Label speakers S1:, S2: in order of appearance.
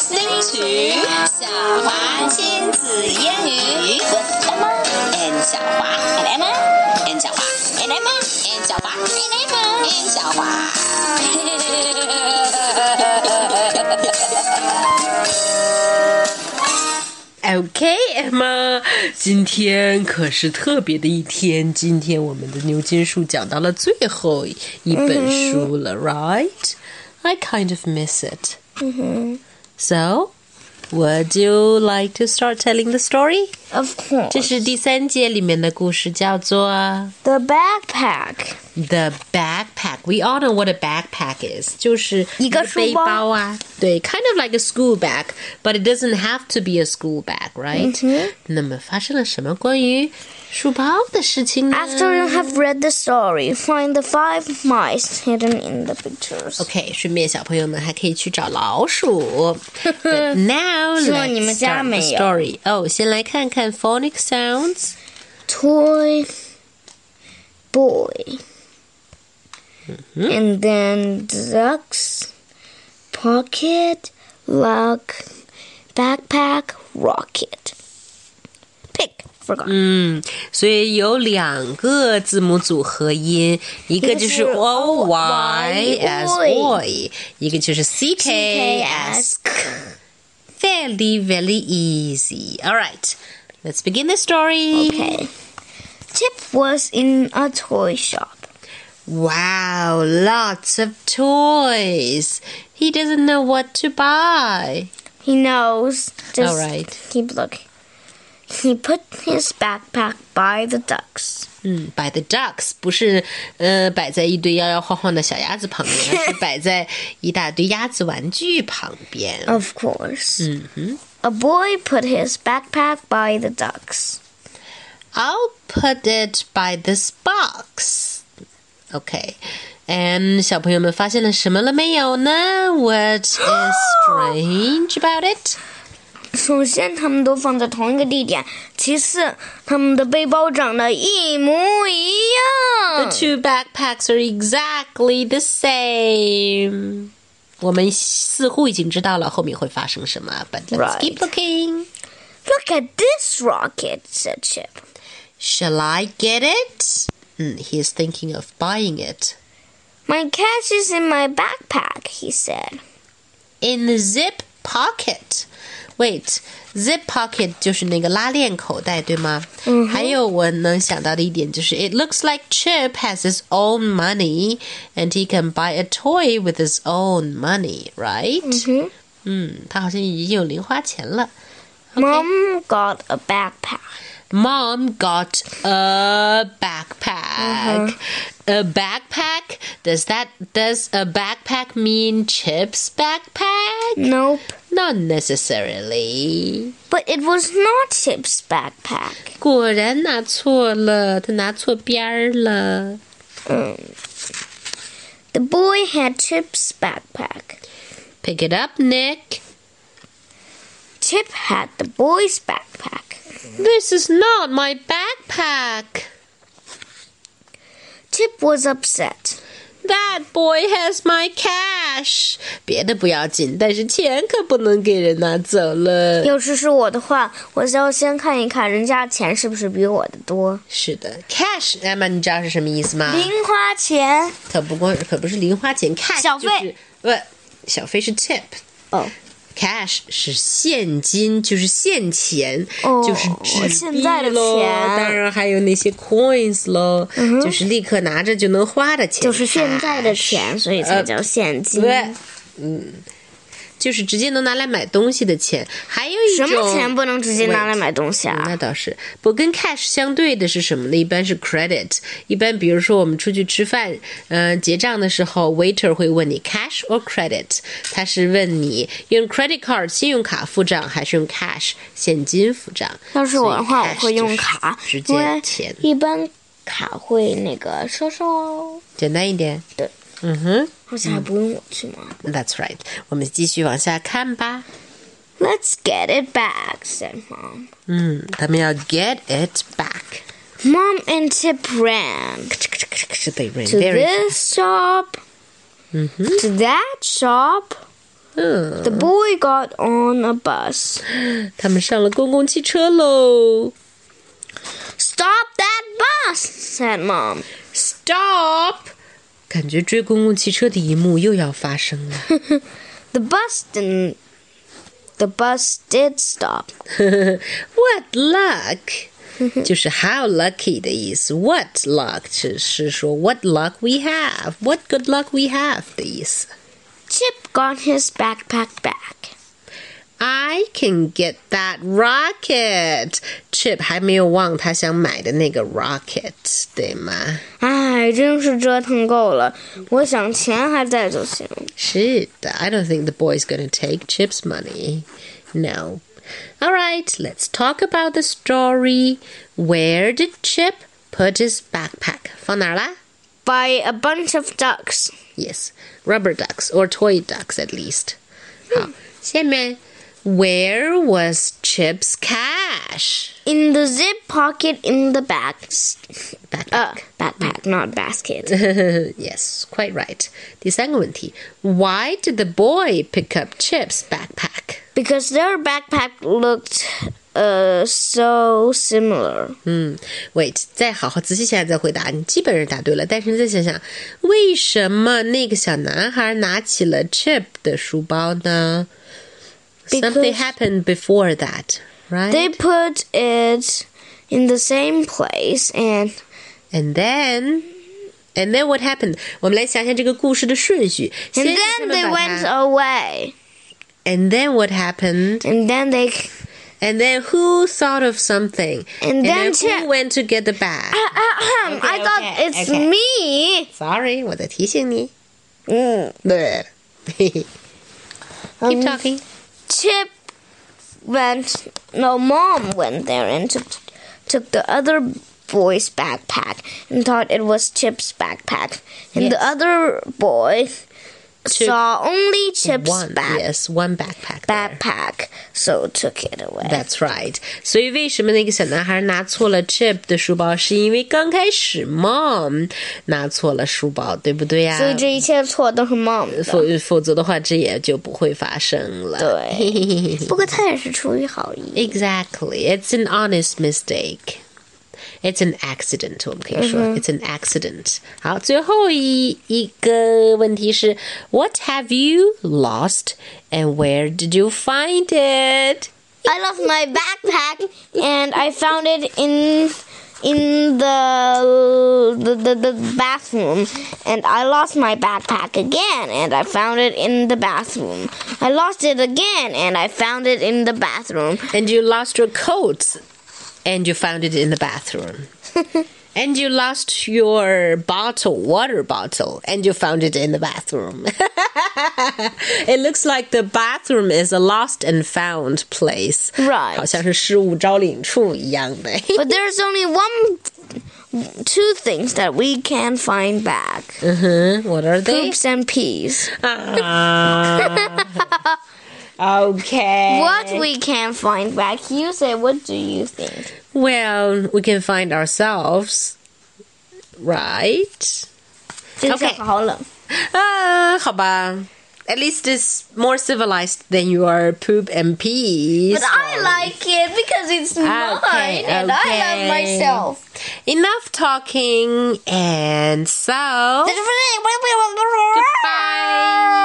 S1: 新曲《小华亲子英语》with Emma and 小华 and Emma and 小华 and Emma and 小华 and Emma and 小华。
S2: OK Emma，今天可是特别的一天。今天我们的牛津树讲到了最后一本书了、r i g h t I kind of miss it. So, would you like to start telling the story?
S3: Of course.
S2: 这是第三节里面的故事，叫做
S3: The backpack.
S2: The Backpack. We all know what a backpack is. 就是
S3: 一个书包。
S2: 背包啊。对，kind of like a school bag, but it doesn't have to be a school bag, right?
S3: Mm-hmm.
S2: 那么发生了什么关于书包的事情呢？
S3: After you have read the story, find the five mice hidden in the pictures.
S2: OK，顺便小朋友们还可以去找老 鼠。But now
S3: 希
S2: let's
S3: 望你们
S2: start
S3: 家
S2: the
S3: 没有
S2: story。哦，先来看看 phonic sounds。
S3: Toy boy. And then ducks, pocket, lug, backpack, rocket. Pick. Forgot.
S2: 嗯，所以有两个字母组合音，一个就是 o y s boy，一个就是 c k s。Very very easy. All right, let's begin the story.
S3: Okay. Chip was in a toy shop.
S2: Wow, lots of toys. He doesn't know what to buy.
S3: He knows. Just
S2: Alright.
S3: keep looking. He put his backpack by the ducks.
S2: 嗯，摆 the ducks 不是呃摆在一堆摇摇晃晃的小鸭子旁边，而是摆在一大堆鸭子玩具旁 边。
S3: Of course. A boy put his backpack by the ducks.
S2: I'll put it by this box. Okay. And 小朋友们发现了什么了没有呢？What is strange about it?
S3: 首先，他们都放在同一个地点；其次，他们的背包长得一模一
S2: The
S3: 样。
S2: two backpacks are exactly the same. 我们似乎已经知道了后面会发生什么，but let's keep
S3: Right.
S2: looking.
S3: Look at this rocket," said Chip.
S2: Shall I get it? 嗯，he is thinking of buying it.
S3: "My cash is in my backpack," he said.
S2: in the zip pocket. Wait, zip pocket 就是那个拉链口袋，对吗？嗯。还有我能想到的一点就是，It looks like Chip has his own money and he can buy a toy with his own money, right？嗯嗯，他好像已经有零花钱了。
S3: Mom got a backpack.
S2: Mom got a backpack. A backpack? Does that does a backpack mean Chip's backpack?
S3: Nope.
S2: Not necessarily.
S3: But it was not Chip's backpack.
S2: 果然拿错了，他拿错边儿了。
S3: The boy had Chip's backpack.
S2: Pick it up, Nick.
S3: Chip had the boy's backpack.
S2: This is not my backpack.
S3: Chip was upset.
S2: That boy has my cash. 别的不要紧，但是钱可不能给人拿走了。
S3: 要是是我的话，我是要先看一看人家钱是不是比我的多。
S2: 是的，cash，艾玛，你知道是什么意思吗？
S3: 零花钱
S2: 可不光可不是零花钱，cash
S3: 小费
S2: 就是不，小费是 tip，
S3: 哦，
S2: cash 是现金，就是现钱，
S3: 哦
S2: 就是纸币
S3: 现在的
S2: 喽。
S3: 钱嗯
S2: 当然还有那些 coins 喽，就是立刻拿着就能花的钱，
S3: 就是现在的
S2: cash。
S3: 钱，所以才叫现金。
S2: 对，嗯，就是直接能拿来买东西的钱。还有一
S3: 什
S2: 种
S3: 么钱不能直接拿来买东西
S2: 嗯
S3: 啊
S2: 那倒是，不跟 cash 相对的是什么呢？一般是 credit。一般比如说我们出去吃饭，嗯、结账的时候，waiter 会问你 cash or credit，他是问你用 credit card 信用卡付账还是用 cash 现金付账。
S3: 要是我的话，
S2: 所
S3: 我
S2: 以 cash
S3: 会
S2: 就
S3: 用
S2: 是
S3: 卡，
S2: 直
S3: 因为
S2: 接钱，
S3: 一般卡会那个收收。
S2: 简单一点。
S3: 对，
S2: 嗯哼
S3: 而且还不用我去拿。
S2: ，That's right。我们继续往下看吧。
S3: Let's get it back," said Mom.
S2: 嗯，他们要 get it back。
S3: Mom and Chip ran
S2: 是 they ran
S3: to
S2: very
S3: this shop, to that shop,
S2: 嗯，
S3: The boy got on a bus.
S2: 他们上了公共汽车喽。
S3: Stop that bus, said mom.
S2: Stop！感觉追公共汽车的一幕又要发生了。
S3: The bus didn't. The bus did stop.
S2: What luck！就是 how lucky 的意思。What luck 只是说 What luck we have，What good luck we have 的意思。
S3: Chip got his backpack back.
S2: I can get that rocket. Chip 还没有忘他想买的那个 rocket，对吗？
S3: 唉，真是折腾够了。我想钱还在就行。
S2: Shit, I don't think the boy's gonna take Chip's money. No. All right, let's talk about the story. Where did Chip put his backpack? 放哪儿啦？
S3: By a bunch of ducks.
S2: Yes, rubber ducks or toy ducks at least. 好，下面 Where was Chip's cash?
S3: In the zip pocket in the back.
S2: Backpack.
S3: Uh, backpack, not basket.
S2: yes, quite right. 第三个问题 Why did the boy pick up Chip's backpack?
S3: Because their backpack looked uh, so similar.
S2: 嗯，wait，再好好仔细想想再回答，你基本上答对了，但是你再想想，为什么那个小男孩拿起了 Chip 的书包呢
S3: Because-
S2: Something happened before that, right?
S3: They put it in the same place and
S2: And then, and then what happened? 我们来想想这个故事的顺序。
S3: and
S2: 先是他
S3: then
S2: 们
S3: they
S2: 把
S3: went
S2: 它
S3: away.
S2: And then what happened?
S3: And then they
S2: And then who thought of something?
S3: And then
S2: who
S3: Chip- Ah.
S2: went to get the bag?
S3: I thought
S2: okay,
S3: it's
S2: okay.
S3: me. Mm,
S2: Sorry，我在提醒你。嗯， 对。Keep
S3: Um,
S2: talking.
S3: Chip went. No, mom went there and took took the other boy's backpack and thought it was Chip's backpack. And the other boy saw only Chip's
S2: one,
S3: back,
S2: yes, one backpack. there.
S3: backpack, so took it away.
S2: That's right. 所以为什么那个小男孩拿错了 Chip 的书包，是因为刚开始 Mom 拿错了书包，对不对呀、
S3: 所以这一切错都是 mom 的。
S2: 否否则的话，这也就不会发生了。
S3: 对不过他也是出于好 意。
S2: Exactly. It's an honest mistake. It's an accident. 我们可以说、It's an
S3: Mm-hmm.
S2: accident. 好，最后一一个问题是 What have you lost and where did you find it?
S3: I lost my backpack and I found it in in the the, the the bathroom and I lost my backpack again and I found it in the bathroom. I lost it again and I found it in the bathroom.
S2: And you lost your coat and you found it in the bathroom. And you lost your bottle, water bottle, and you found it in the bathroom. it looks like the bathroom is a lost and found place.
S3: Right.
S2: 好像是失物招领处一样的。
S3: But there's only one two things that we can find back.
S2: 嗯哼，What Mm-hmm. are they?
S3: Poops and peas.
S2: 啊 Okay.
S3: What we can find back. You say what do you think?
S2: Well, we can find ourselves, right?
S3: 就是好冷。
S2: 啊，好吧。At least it's more civilized than your poop and peas.
S3: But I like it because it's mine and I
S2: okay.
S3: love myself.
S2: Enough talking, and so.
S3: Goodbye.